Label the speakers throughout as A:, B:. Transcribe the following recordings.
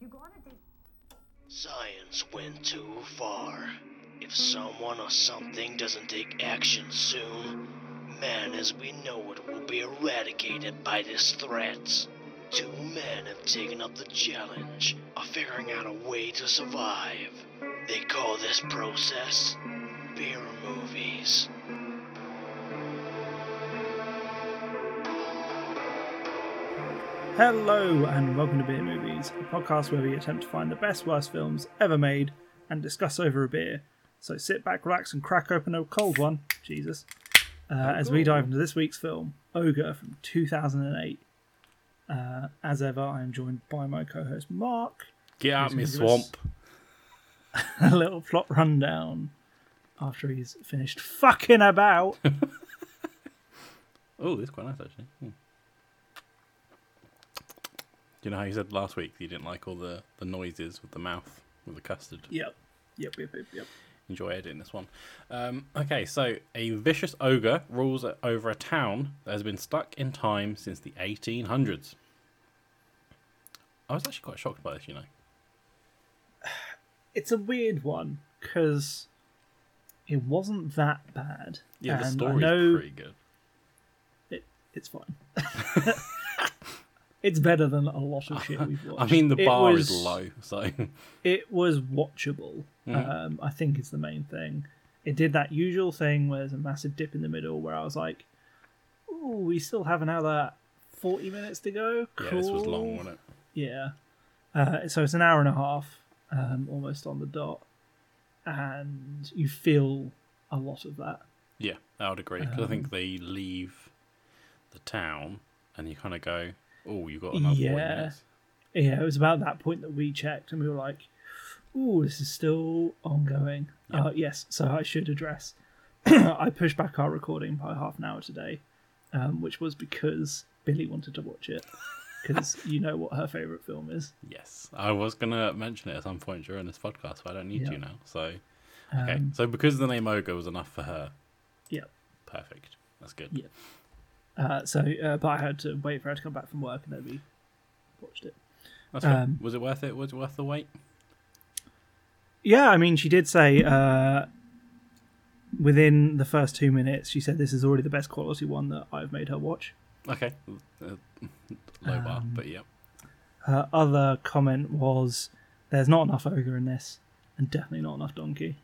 A: You go on a date.
B: Science went too far. If someone or something doesn't take action soon, man as we know it will be eradicated by this threat. Two men have taken up the challenge of figuring out a way to survive. They call this process beer movies.
C: Hello, and welcome to Beer Movies, a podcast where we attempt to find the best, worst films ever made and discuss over a beer. So sit back, relax, and crack open a cold one, Jesus, uh, as we dive into this week's film, Ogre from 2008. Uh, as ever, I am joined by my co host Mark.
D: Get out me
C: Who's gonna give us-
D: swamp.
C: A little plot rundown after he's finished fucking about.
D: Oh, this is quite nice actually. Hmm. Do you know how you said last week you didn't like all the, the noises with the mouth with the custard?
C: yep, yep, yep, yep, yep.
D: Enjoy editing this one. Um, okay, so a vicious ogre rules over a town that has been stuck in time since the 1800s. I was actually quite shocked by this, you know.
C: It's a weird one because it wasn't that bad.
D: Yeah, the
C: and I
D: story's
C: know-
D: pretty good.
C: it, it's fine. it's better than a lot of shit we've
D: I
C: watched.
D: mean, the
C: It
D: bar is
C: was-
D: low, Mm. so
C: It was watchable. Um, I think is the main thing. It did that usual thing where there's a massive dip in the middle where I was like, "Ooh, we still have another forty minutes to go."
D: yeah, this was
C: Cool.
D: long, wasn't it?
C: Yeah. Uh, so it's an hour and a half, um, almost on the dot, and you feel a lot of that.
D: Yeah, I would agree. 'cause I
C: Um,
D: think they leave the town, and you kind of go, "Oh, you got another
C: Yeah.
D: yeah. minutes."
C: Yeah, it was about that point that we checked, and we were like, "Ooh, this is still ongoing." Uh, yes, so I should address. I pushed back our recording by half an hour today, um, which was because Billy wanted to watch it because you know what her favorite film is.
D: Yes, I was gonna mention it at some point during this podcast, but I don't need
C: Yeah. Um,
D: to now. So, okay, so because the name Ogre was enough for her,
C: Yeah.
D: perfect. That's good.
C: Yeah. Uh, so, uh, but I had to wait for her to come back from work, and then we watched it.
D: That's good.
C: Um,
D: was it worth it? Was it worth the wait?
C: Yeah, I mean, she did say uh, within the first two minutes, she said this is already the best quality one that I've made her watch.
D: Okay, uh, low bar,
C: um,
D: but yeah.
C: Her other comment was, "There's not enough ogre in this, and definitely not enough donkey."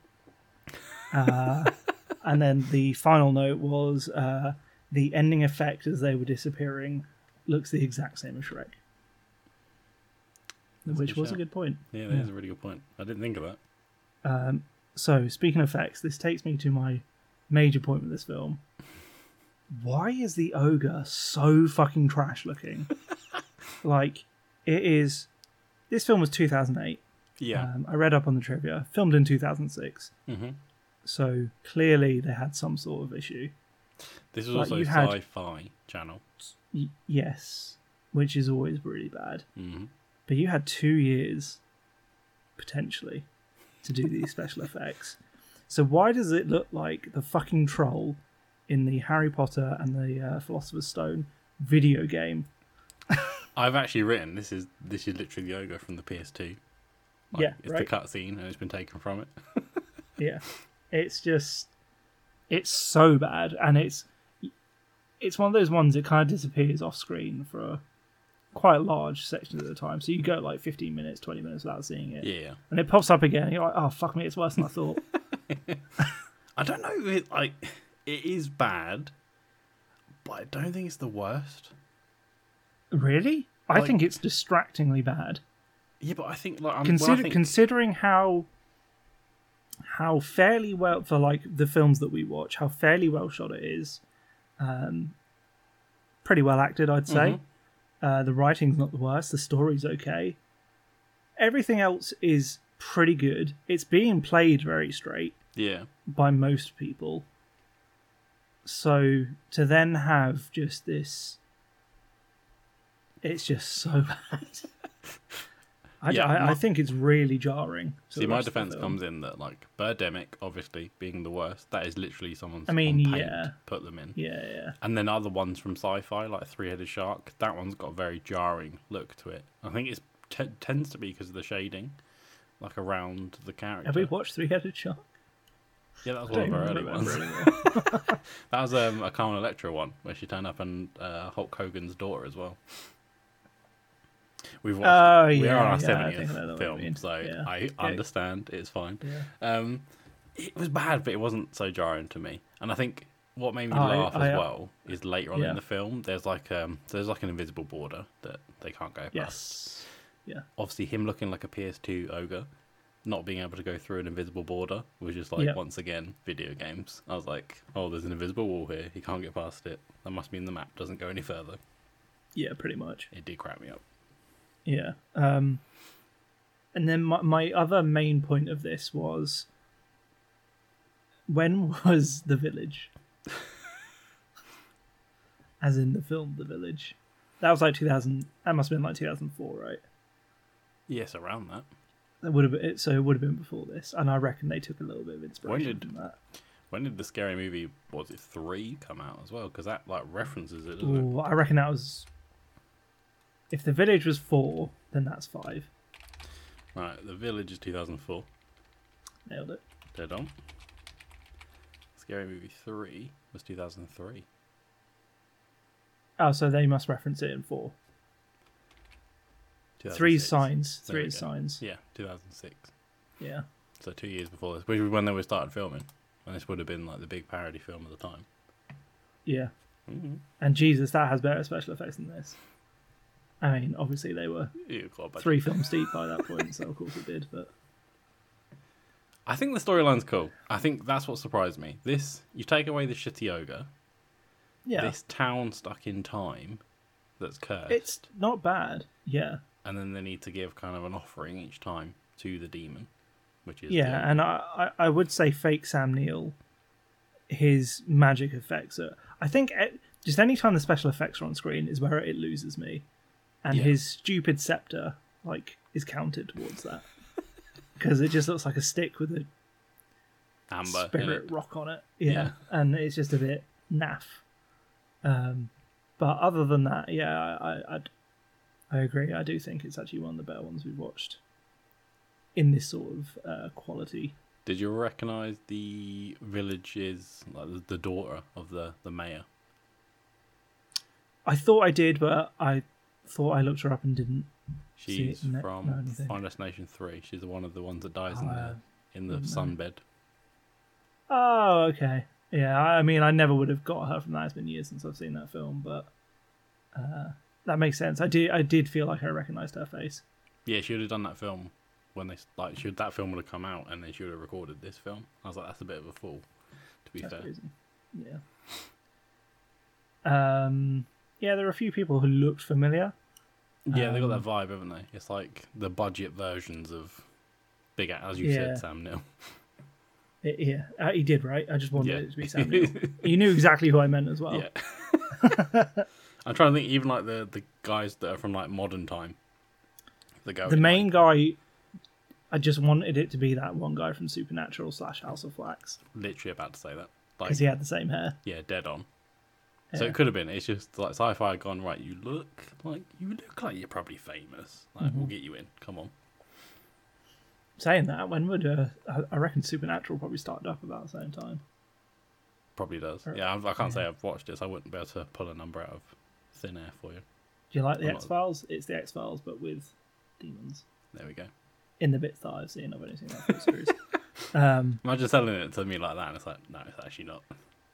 C: Uh, and then the final note was, uh, "The ending effect as they were disappearing looks the exact same as Shrek," which
D: good
C: was a
D: shout.
C: good point.
D: Yeah, that is a really good point. I didn't think of that.
C: So, speaking of effects, this takes me to my major point with this film. Why is the ogre so fucking trash looking? like, it is. This film was 2008.
D: Yeah,
C: Um, I read up on the trivia. Filmed in 2006.
D: Mhm.
C: So, clearly, they had some sort of issue.
D: this was
C: like,
D: also
C: you had-
D: Sci-Fi Channel.
C: Y- yes, which is always really bad.
D: hmm
C: But you had two years, potentially, to do these special effects. So why does it look like the fucking troll in the Harry Potter and the uh, Philosopher's Stone video game?
D: I've actually written this is this is literally the ogre from the PS2. Like,
C: yeah,
D: it's
C: right.
D: the cutscene and it's been taken from it.
C: Yeah, it's just it's so bad, and it's it's one of those ones that kind of disappears off screen for a, quite large sections of the time. So you go like fifteen minutes, twenty minutes without seeing it,
D: Yeah,
C: and it pops up again. And you're like, oh fuck me, it's worse than I thought.
D: I don't know. If it, like it is bad, but I don't think it's the worst.
C: Really? I
D: Like-
C: think it's distractingly bad.
D: Yeah, but I think like I'm,
C: Consider,
D: when I think,
C: Considering how how fairly well for like the films that we watch, how fairly well shot it is, um, pretty well acted, I'd say.
D: Mm-hmm.
C: Uh, the writing's not the worst. The story's okay. Everything else is pretty good. It's being played very straight
D: yeah,
C: by most people. So to then have just this, it's just so bad. I,
D: Yeah,
C: I, I
D: my-
C: think it's really jarring. to
D: see,
C: the
D: my
C: rest of the
D: defense
C: film.
D: comes in that like Birdemic, obviously being the worst. That is literally someone's.
C: I mean,
D: on paint
C: yeah.
D: put them in.
C: Yeah, yeah.
D: And then other ones from sci-fi, like Three-Headed Shark. That one's got a very jarring look to it. I think it's t- tends to be because of the shading, like around the character.
C: Have we watched Three Headed Shark?
D: Yeah, that was one of
C: Don't
D: our early
C: remember
D: ones. that was um, a Carmen Electra one where she turned up and uh, Hulk Hogan's daughter as well. We've watched.
C: Oh,
D: we
C: yeah,
D: are on our
C: yeah, I think I know what you
D: seventieth film,
C: mean.
D: so
C: Yeah.
D: I understand. It's fine.
C: Yeah.
D: Um, it was bad, but it wasn't so jarring to me. And I think what made me
C: I-
D: laugh
C: I,
D: as
C: uh,
D: well is later on
C: yeah.
D: in the film. There's like um, so there's like an invisible border that they can't go past.
C: Yes. Yeah.
D: Obviously, him looking like a PS2 ogre, not being able to go through an invisible border was just like
C: Yeah.
D: once again video games. I was like, oh, there's an invisible wall here. He can't get past it. That must mean the map doesn't go any further.
C: Yeah, pretty much.
D: It did crack me up.
C: Yeah. Um, and then my, my other main point of this was when was the village? As in the film The Village. That was like 2000. That must have been like 2004, right?
D: Yes, around that.
C: That would have been, it- so it would have been before this, and I reckon they took a little bit of inspiration
D: did-
C: from that.
D: When did the scary movie was it three come out as well? Because that like references it. Doesn't
C: Ooh, I reckon that was. If the village was four, then that's five.
D: it? Right, the village is 2004.
C: Nailed it.
D: Dead on. Scary Movie 3 was 2003.
C: Oh, so they must reference it in four. Three
D: 2006.
C: signs.
D: There we
C: Three
D: go.
C: signs.
D: Yeah, 2006.
C: Yeah.
D: So two years before this, which was when they were started filming. And this would have been like the big parody film at the time.
C: Yeah.
D: Mm-hmm.
C: And Jesus, that has better special effects than this. I mean, obviously they were
D: Ew, God, but-
C: three films deep by that point, so of course it did. But
D: I think the storyline's cool. I think that's what surprised me. This, you take away the shitty ogre,
C: yeah,
D: this town stuck in time that's cursed,
C: it's not bad. Yeah,
D: and then they need to give kind of an offering each time to the demon, which is
C: yeah,
D: the-
C: and I, I, I would say fake Sam Neill, his magic effects are. I think e- just any time the special effects are on screen is where it loses me, and
D: Yeah.
C: his stupid scepter like is counted towards that because it just looks like a stick with a
D: amber. in
C: spirit
D: it.
C: rock on it. Yeah.
D: Yeah.
C: And it's just a bit naff. Um, but other than that, yeah, I, I, I'd, I agree. I do think it's actually one of the better ones we've watched in this sort of uh, quality.
D: Did you recognize the village's like the- the daughter of the the mayor?
C: I thought I did, but I thought I looked her up and didn't. See,
D: She's
C: no-
D: from
C: no, anything.
D: Final Destination Three. She's the one of the ones that dies in the
C: Oh,
D: in the sunbed.
C: Oh, okay. Yeah, I I mean, I never would have got her from that. It's been years since I've seen that film, but uh, that makes sense. I did, I did feel like I recognized her face.
D: Yeah, she would have done that film when they s- like should that film would have come out and then she would have recorded this film. I was like, that's a bit of a fool. To be
C: That's
D: fair,
C: crazy. Yeah. Um. Yeah, there are a few people who looked familiar.
D: yeah, they
C: Um,
D: got that vibe, haven't they? It's like the budget versions of big, Ac- as you
C: Yeah.
D: said, Sam Neill.
C: I- yeah, uh, he did right. I just wanted
D: Yeah.
C: it to be Sam Neill. you knew exactly who I meant as well.
D: Yeah. I'm trying to think, even like the the guys that are from like modern time. The, go
C: The
D: in,
C: main
D: like-
C: guy. I just wanted it to be that one guy from Supernatural slash House of Wax
D: literally about to say that. Like,
C: because he had the same hair.
D: yeah, dead on. So
C: Yeah.
D: it could have been. It's just like sci-fi had gone right. You look like you look like you're probably famous. Like
C: Mm-hmm.
D: we'll get you in. Come on.
C: Saying that, when would uh, I- I reckon Supernatural probably started up about the same time?
D: Probably does. Yeah, I, I can't say I've watched it. So I wouldn't be able to pull a number out of thin air for you.
C: Do you like the
D: I'm not-
C: X Files? It's the X Files, but with demons
D: There we go.
C: in the bits that I've seen. I've only seen that full series.
D: Imagine selling it to me like that, and it's like, no, it's actually not.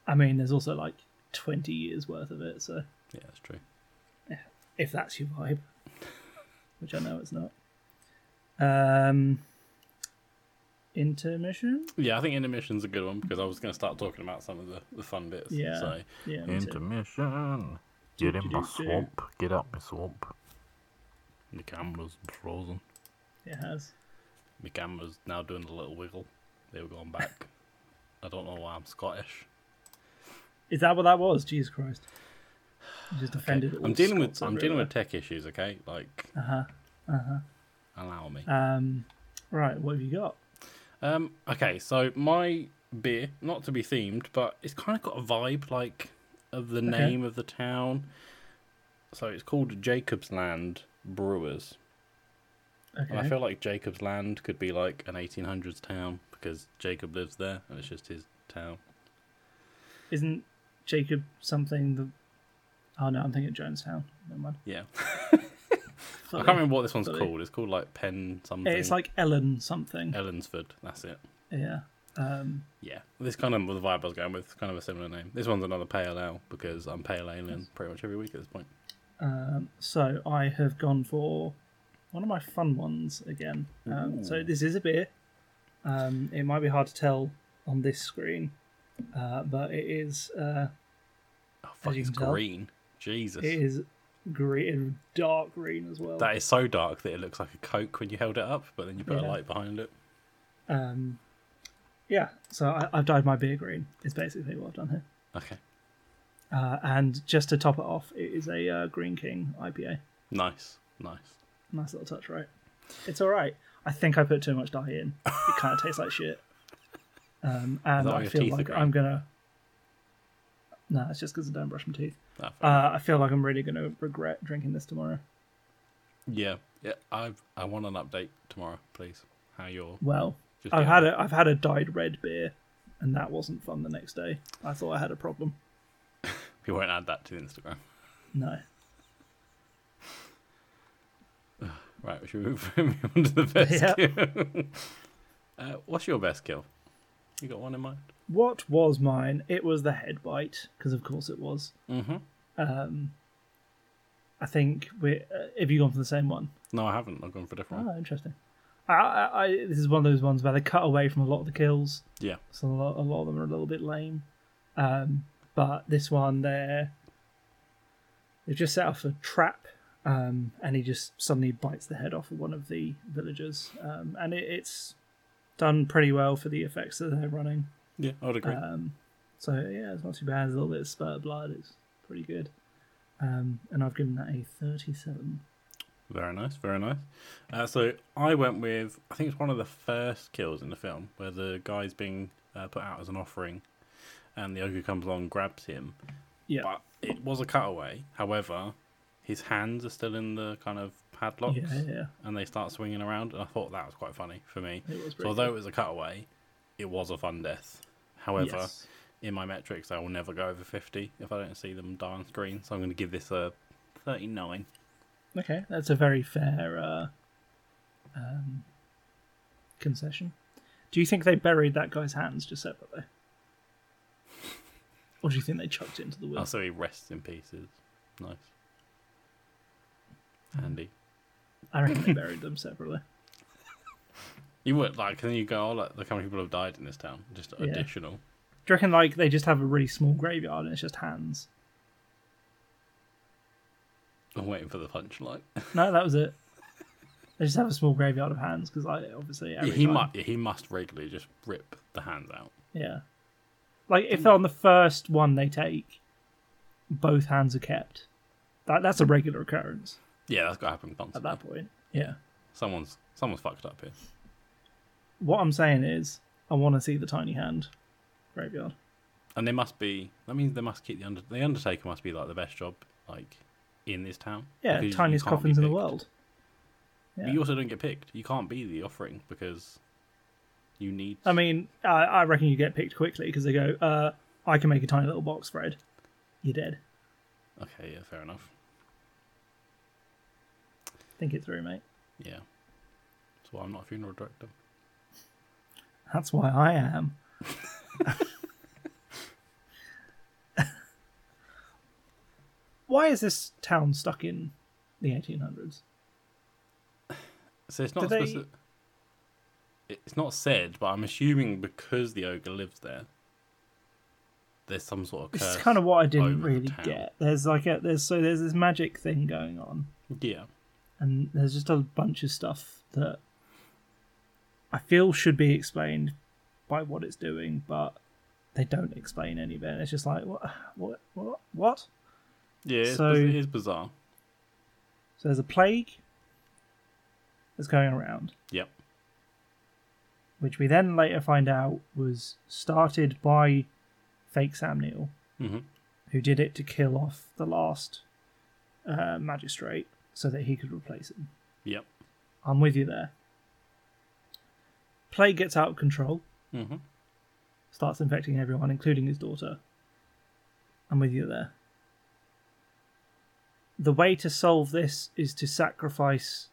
C: I mean, there's also like 20 years worth of it, so
D: Yeah, that's true.
C: if that's your vibe, which I know it's not. Um, intermission?
D: Yeah, I think intermission's a good one because I was going to start talking about some of the, the fun bits.
C: Yeah.
D: So
C: Yeah, me too.
E: Intermission. Get in my
C: Do-do-do-do.
E: swamp. Get out my swamp.
D: the camera's frozen.
C: it has.
D: My camera's now doing a little wiggle. They were going back. I don't know why I'm Scottish.
C: Is that what that was? Jesus Christ. You just offended all
D: I'm dealing
C: Scots
D: with I'm dealing
C: everywhere.
D: with tech issues. Okay, like
C: Uh huh.
D: allow me.
C: Um, right, what have you got?
D: Um, okay, so my beer, not to be themed, but it's kind of got a vibe like of the name of the town. So it's called Jacob's Land Brewers.
C: Okay.
D: And I feel like Jacob's Land could be like an 1800s town because Jacob lives there and it's just his town.
C: Isn't Jacob something the. Oh no, I'm thinking of Jonestown. Never mind.
D: Yeah. I
C: Sorry.
D: can't remember what this one's
C: Sorry.
D: called. It's called like Penn something.
C: It's like Ellen something.
D: Ellensford. That's it.
C: Yeah. Um,
D: Yeah. This kind of the vibe I was going with. It's kind of a similar name. This one's another pale ale because I'm pale alien pretty much every week at this point.
C: um, so I have gone for one of my fun ones again. Um, so this is a beer. Um, it might be hard to tell on this screen, uh, but it is uh,
D: Oh, fuck,
C: you
D: it's
C: can tell.
D: green. Jesus.
C: it is green, dark green as well.
D: That is so dark that it looks like a Coke when you held it up, but then you put
C: Yeah.
D: a light behind it.
C: Um, yeah, so I, I've dyed my beer green. Is basically what I've done here.
D: Okay.
C: Uh, and just to top it off, it is a uh, Green King IPA.
D: Nice. Nice.
C: Nice little touch, right? It's all right. I think I put too much dye in. It kind of tastes like shit. Um, and
D: that why
C: I
D: your
C: feel
D: teeth are
C: like
D: green?
C: I'm gonna. No, it's just because I don't brush my teeth.
D: Ah, fair.
C: Uh, I feel like I'm really gonna regret drinking this tomorrow.
D: yeah. Yeah. I I want an update tomorrow, please. How you're.
C: Well,
D: Just
C: I've
D: get
C: had a I've had a dyed red beer, and that wasn't fun the next day. I thought I had a problem.
D: We won't add that to Instagram.
C: No,
D: Right, should we move move on to the best kill? uh, what's your best kill? You got one in mind?
C: what was mine? It was the head bite, because of course it was. Um,
D: Mm-hmm.
C: I think we. Uh, have you gone for the same one?
D: No, I haven't. I've gone for a different one.
C: Oh, interesting. I, I, I, this is one of those ones where they cut away from a lot of the kills,
D: Yeah.
C: so a lot, a lot of them are a little bit lame. Um, but this one, they're they've just set off a trap, um, and he just suddenly bites the head off of one of the villagers, um, and it, it's done pretty well for the effects that they're running.
D: Yeah, I would agree.
C: uh, So yeah, it's not too bad. There's a little bit of spurt of blood. It's pretty good. Um, and I've given that a thirty-seven.
D: Very nice, very nice. Uh, so I went with, I think it's one of the first kills in the film where the guy's being uh, put out as an offering and the ogre comes along, grabs him.
C: Yeah.
D: But it was a cutaway. However, his hands are still in the kind of padlocks
C: Yeah, yeah.
D: and they start swinging around. And I thought that was quite funny for me.
C: It was
D: So
C: pretty
D: although
C: cool.
D: it was a cutaway, it was a fun death. However,
C: Yes.
D: in my metrics, I will never go over 50 if I don't see them die on screen. So I'm going to give this a 39.
C: Okay, that's a very fair uh, um, concession. Do you think they buried that guy's hands just separately? Or do you think they chucked it into the
D: Oh,
C: woods?
D: so he rests in pieces. Nice.
C: Hmm.
D: Handy.
C: I reckon they buried them separately.
D: You would like, and then you go, oh, look, look how many people have died in this town. Just
C: Yeah.
D: additional.
C: Do you reckon like they just have a really small graveyard and it's just hands?
D: I'm waiting for the punchline.
C: No, that was it. They just have a small graveyard of hands because I obviously every
D: he
C: time-
D: must. he must regularly just rip the hands out.
C: yeah. Like if on the first one they take, both hands are kept. That that's a regular occurrence
D: Yeah, that's got to happen
C: at
D: constantly.
C: that point. Yeah.
D: Someone's someone's fucked up here.
C: What I'm saying is, I want to see the tiny hand graveyard.
D: And they must be. That means they must keep the under. The Undertaker must be like the best job, like in this town.
C: Yeah,
D: because you
C: tiniest
D: can't be
C: coffins in the
D: picked.
C: world.
D: But
C: yeah.
D: you also don't get picked. You can't be the offering because you need.
C: I mean, I, I reckon you get picked quickly because they go, uh, "I can make a tiny little box, Fred. You're dead.
D: okay, yeah, fair enough.
C: Think it through, mate.
D: Yeah. That's why I'm not a funeral director.
C: That's why I am." why is this town stuck in the 1800s?
D: So it's not
C: Do they-
D: specific. It's not said, but I'm assuming because the ogre lives there, there's some sort of curse.
C: This is kind of what I didn't
D: over the
C: really
D: town.
C: get. There's like a there's so there's this magic thing going on.
D: yeah,
C: and there's just a bunch of stuff that I feel should be explained by what it's doing, but they don't explain any of it. It's just like what, what, what, what?
D: yeah. It's,
C: So-
D: biz- it is bizarre.
C: So there's a plague that's going around,
D: Yep.
C: which we then later find out was started by fake Sam Neill,
D: hmm
C: who did it to kill off the last uh, magistrate so that he could replace him.
D: Yep.
C: I'm with you there. Plague gets out of control,
D: Mm-hmm.
C: starts infecting everyone, including his daughter. I'm with you there. The way to solve this is to sacrifice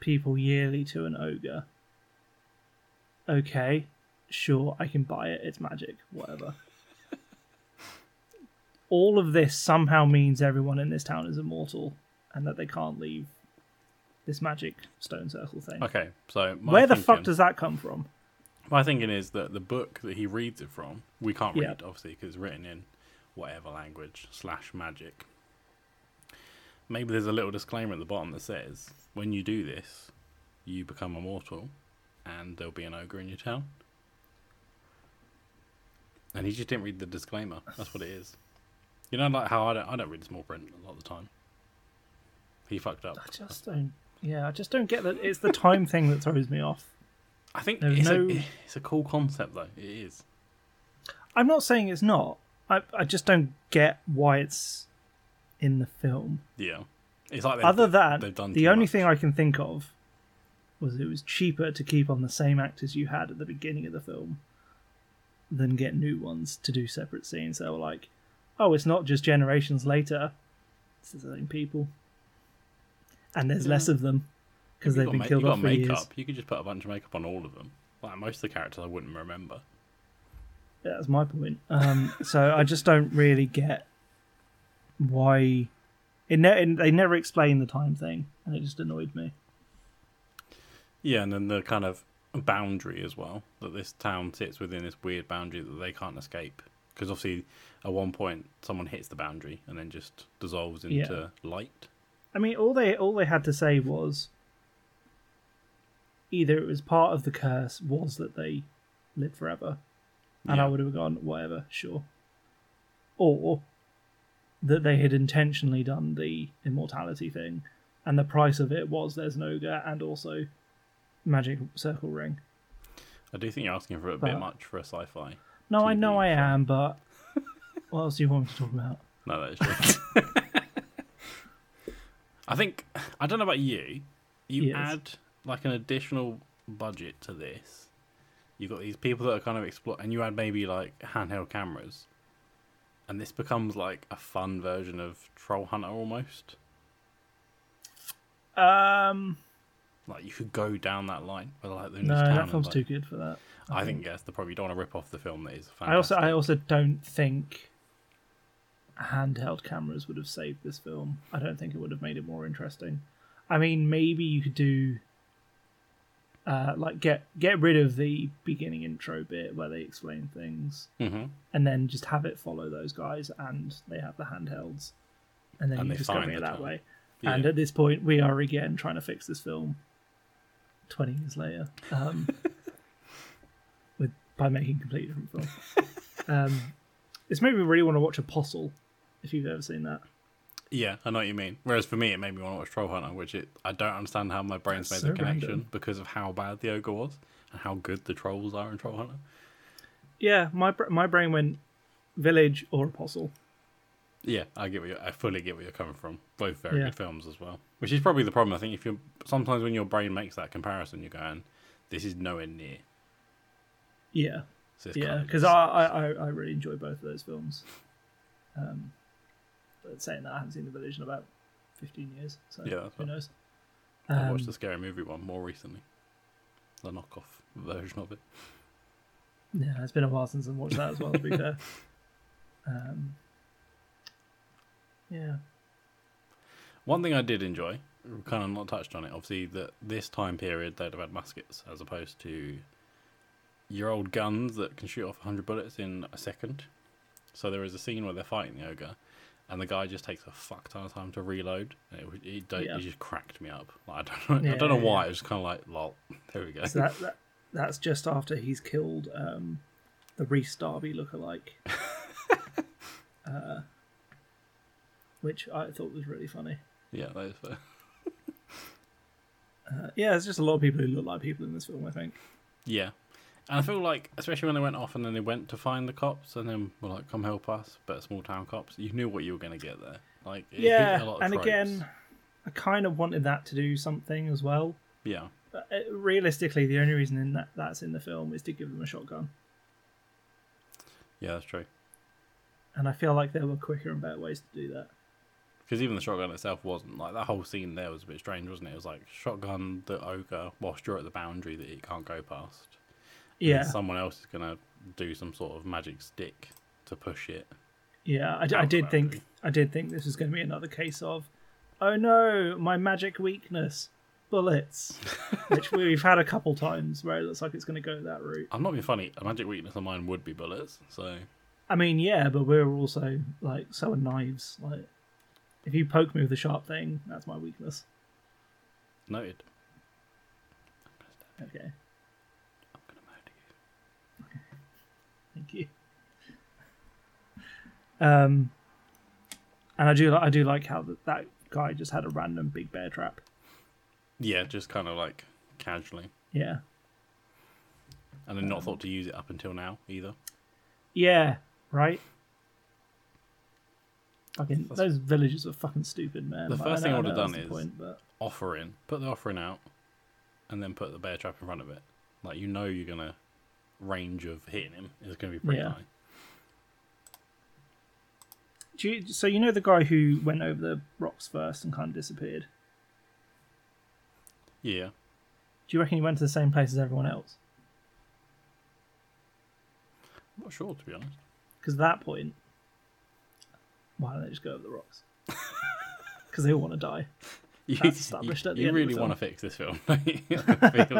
C: people yearly to an ogre. Okay, sure, I can buy it. It's magic, whatever. All of this somehow means everyone in this town is immortal and that they can't leave this magic stone circle thing.
D: Okay, so my
C: Where the fuck
D: thinking-
C: does that come from?
D: My thinking is that the book that he reads it from, we can't
C: Yeah.
D: read obviously because it's written in whatever language slash magic. Maybe there's a little disclaimer at the bottom that says, "When you do this, you become immortal, and there'll be an ogre in your town." And he just didn't read the disclaimer. That's what it is. You know, like how I don't, I don't read small print a lot of the time. He fucked up.
C: I just don't. Yeah, I just don't get that. It's the time thing that throws me off.
D: I think
C: there's
D: it's, a,
C: no-
D: it's a cool concept though. It is.
C: I'm not saying it's not. I I just don't get why it's in the film.
D: Yeah. It's like they've-
C: Other than
D: they've done
C: the
D: too
C: only
D: much.
C: thing I can think of was it was cheaper to keep on the same actors you had at the beginning of the film than get new ones to do separate scenes. They were like, oh, it's not just generations later; it's the same people, and there's less of them because
D: You've
C: they've
D: got
C: been
D: ma-
C: killed
D: you've
C: off
D: got
C: for
D: makeup.
C: years.
D: You could just put a bunch of makeup on all of them. Like most of the characters, I wouldn't remember.
C: Yeah, that's my point. Um, so I just don't really get why it, ne- it- they never explained the time thing, and it just annoyed me.
D: Yeah, and then the kind of boundary as well that this town sits within this weird boundary that they can't escape. Because obviously, at one point, someone hits the boundary and then just dissolves
C: Yeah.
D: into light.
C: I mean, all they all they had to say was either it was part of the curse was that they lived forever, and I
D: Yeah.
C: would have gone whatever, sure, or that they had intentionally done the immortality thing, and the price of it was there's an ogre and also magic circle ring.
D: I do think you're asking for a
C: But-
D: bit much for a sci-fi.
C: No, I
D: TV
C: know I
D: show.
C: am, but what else do you want me to talk about?
D: No, that is true. I think I don't know about you. You
C: Yes.
D: add like an additional budget to this. You've got these people that are kind of explore, and you add maybe like handheld cameras, and this becomes like a fun version of Troll Hunter almost.
C: Um,
D: Like you could go down that line, but like they're in
C: no,
D: this town
C: that
D: and,
C: film's
D: like-
C: too good for that.
D: I think yes, they probably don't want to rip off the film that is. Fantastic.
C: I also, I also don't think handheld cameras would have saved this film. I don't think it would have made it more interesting. I mean, maybe you could do, uh, like get get rid of the beginning intro bit where they explain things,
D: hmm
C: and then just have it follow those guys, and they have the handhelds, and then
D: And
C: you
D: they
C: discover
D: find
C: it
D: the
C: that
D: time.
C: way.
D: Yeah.
C: And at this point, we are again trying to fix this film. Twenty years later, um, with by making completely different film. Um, this made me really want to watch Apostle, if you've ever seen that.
D: Yeah, I know what you mean. Whereas for me, it made me want to watch Troll Hunter, which it, I don't understand how my brain's
C: That's
D: made the
C: so random.
D: connection because of how bad the ogre was and how good the trolls are in Troll Hunter.
C: Yeah, my br- my brain went Village or Apostle.
D: Yeah, I get what you I fully get where you're coming from. Both very
C: Yeah.
D: good films as well, which is probably the problem. I think if you sometimes when your brain makes that comparison, you're going, "This is nowhere near."
C: Yeah,
D: So it's
C: yeah,
D: kind of
C: because I, I I I really enjoy both of those films. Um, but saying that, I haven't seen The Village in about fifteen years, so
D: Yeah, that's
C: who
D: fine.
C: knows?
D: I
C: Um,
D: watched the scary movie one more recently, the knockoff version of it.
C: Yeah, it's been a while since I've watched that as well. To be fair, um, yeah,
D: One thing I did enjoy, kind of not touched on it, obviously, that this time period they'd have had muskets as opposed to your old guns that can shoot off 100 bullets in a second. So there is a scene where they're fighting the ogre, and the guy just takes a fuck ton of time to reload. And it, was- it, don't-
C: Yeah.
D: it just cracked me up. Like, I don't know, I
C: Yeah,
D: don't know
C: yeah,
D: why. It was kind of like, lol, there we go.
C: so that, that that's just after he's killed um, the Reese Darby lookalike, uh, which I thought was really funny.
D: yeah, that is fair.
C: Uh, yeah, there's just a lot of people who look like people in this film. I think.
D: Yeah. And I feel like, especially when they went off and then they went to find the cops and then were like, come help us, but small town cops, you knew what you were going to get there. Like, it hit
C: yeah
D: a lot of
C: and
D: tropes.
C: again i kind of wanted that to do something as well
D: Yeah.
C: Uh, realistically, the only reason in that that's in the film is to give them a shotgun,
D: Yeah, that's true.
C: and I feel like there were quicker and better ways to do that.
D: Because even the shotgun itself wasn't like that whole scene there was a bit strange, wasn't it? It was like shotgun the ogre whilst you're at the boundary that it can't go past. and
C: Yeah,
D: Someone else is gonna do some sort of magic stick to push it.
C: yeah. I, d- I
D: Out
C: did
D: the
C: think
D: boundary.
C: I did think this was going to be another case of, oh no, my magic weakness, bullets, which we've had a couple times where it looks like it's going to go that route.
D: I'm not being funny. A magic weakness of mine would be bullets. So
C: I mean, yeah, but we're also like so are knives. Like, if you poke me with a sharp thing, that's my weakness.
D: noted.
C: Okay,
D: I'm gonna murder you.
C: thank you. Um, and I do li- I do like how that that guy just had a random big bear trap.
D: Yeah, just kind of like casually,
C: Yeah,
D: and then not thought to use it up until now either.
C: yeah, right. Fucking
D: That's-
C: those villagers are fucking stupid, man.
D: The
C: Like,
D: first
C: know-
D: thing I would've
C: know that's
D: done
C: the
D: is-
C: but
D: Offering, put the offering out, and then put the bear trap in front of it. Like you know, you're gonna range of hitting him is gonna be pretty
C: Yeah.
D: high.
C: do you, so you know the guy who went over the rocks first and kind of disappeared.
D: Yeah.
C: Do you reckon he went to the same place as everyone else?
D: I'm not sure to be honest.
C: Because at that point, why don't they just go over the rocks? Because they all want to die.
D: You,
C: That's established
D: you,
C: at the
D: you
C: end of the
D: really
C: film.
D: want to fix this film. don't you? I feel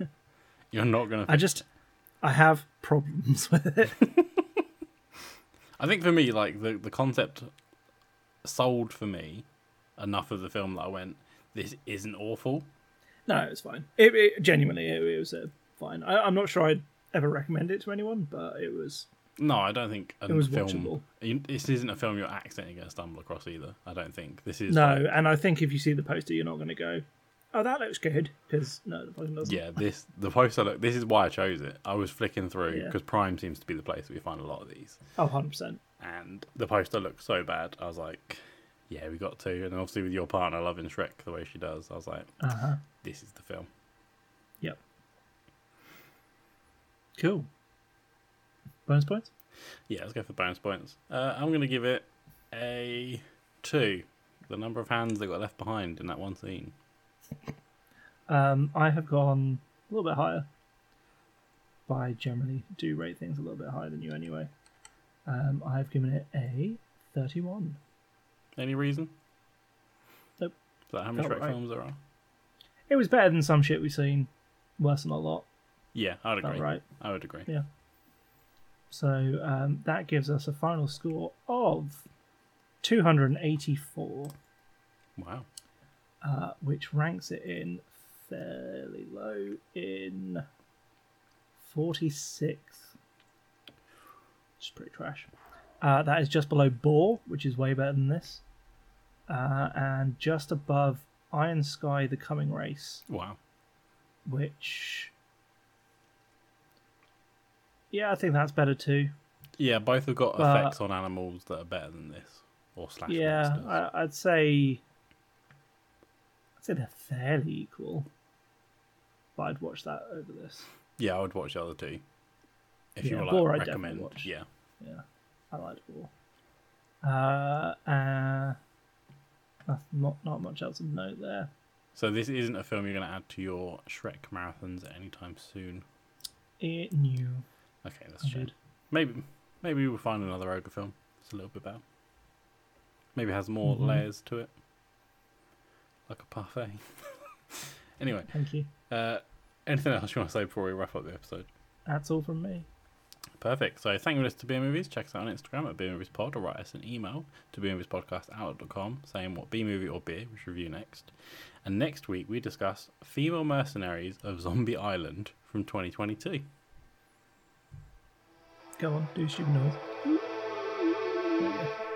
D: it. You're not gonna.
C: I just, I have problems with it.
D: I think for me, like the the concept sold for me enough of the film that I went, this isn't awful.
C: no, it's fine. It, it genuinely, it, it was uh, fine. I, I'm not sure I'd ever recommend it to anyone, but it was.
D: No, I don't think a
C: It was watchable.
D: film. you- This isn't a film you're accidentally going to stumble across either. I don't think this is.
C: No, and I think if you see the poster, you're not going to go, "Oh, that looks good," because no, it fucking doesn't.
D: Yeah, this the poster look. This is why I chose it. I was flicking through
C: Yeah.
D: because Prime seems to be the place we find a lot of these.
C: Oh, 100 percent.
D: and the poster looked so bad. I was like, yeah, we got to. And then obviously with your partner loving Shrek the way she does, I was like,
C: Uh huh.
D: this is the film.
C: Yep. Cool. Bonus points.
D: Yeah, let's go for bonus points. Uh, I'm going to give it a two. The number of hands that got left behind in that one scene.
C: Um, I have gone a little bit higher. But I generally do rate things a little bit higher than you anyway. Um, I've given it a 31.
D: Any reason?
C: Nope.
D: Is that how many
C: Felt
D: Shrek
C: right.
D: films there are?
C: It was better than some shit we've seen, worse than a lot.
D: Yeah, I would
C: Felt
D: agree.
C: right.
D: I would agree.
C: Yeah. So um, that gives us a final score of 284,
D: Wow.
C: uh, which ranks it in fairly low in 46th. Which is pretty trash. Uh, that is just below Boar, which is way better than this. Uh, and just above Iron Sky, The Coming Race,
D: Wow.
C: which. Yeah, I think that's better too.
D: Yeah, both have got
C: But-
D: effects on animals that are better than this. Or slash
C: Uh, yeah,
D: monsters.
C: I, I'd say. I'd say they're fairly equal. But I'd watch that over this.
D: Yeah, I would watch the other two. If
C: Yeah,
D: you were
C: Boar I'd
D: like
C: definitely
D: recommend.
C: watch.
D: Yeah.
C: I liked War. Uh, uh, that's not not much else of note there.
D: So this isn't a film you're going to add to your Shrek marathons anytime soon.
C: It knew.
D: Okay, that's good. Maybe maybe we'll find another ogre film. It's a little bit better. Maybe it has more
C: Mm-hmm.
D: layers to it, like a parfait. anyway,
C: Thank you.
D: uh, anything else you want to say before we wrap up the episode?
C: That's all from me.
D: Perfect. So thank you for listening to Beer Movies. Check us out on Instagram at Beer Movies Pod or write us an email to beermoviespodcastoutlook.com saying what B movie or beer we should review next. And next week we discuss Female Mercenaries of Zombie Island from 2022.
C: Go on, do stupid noise.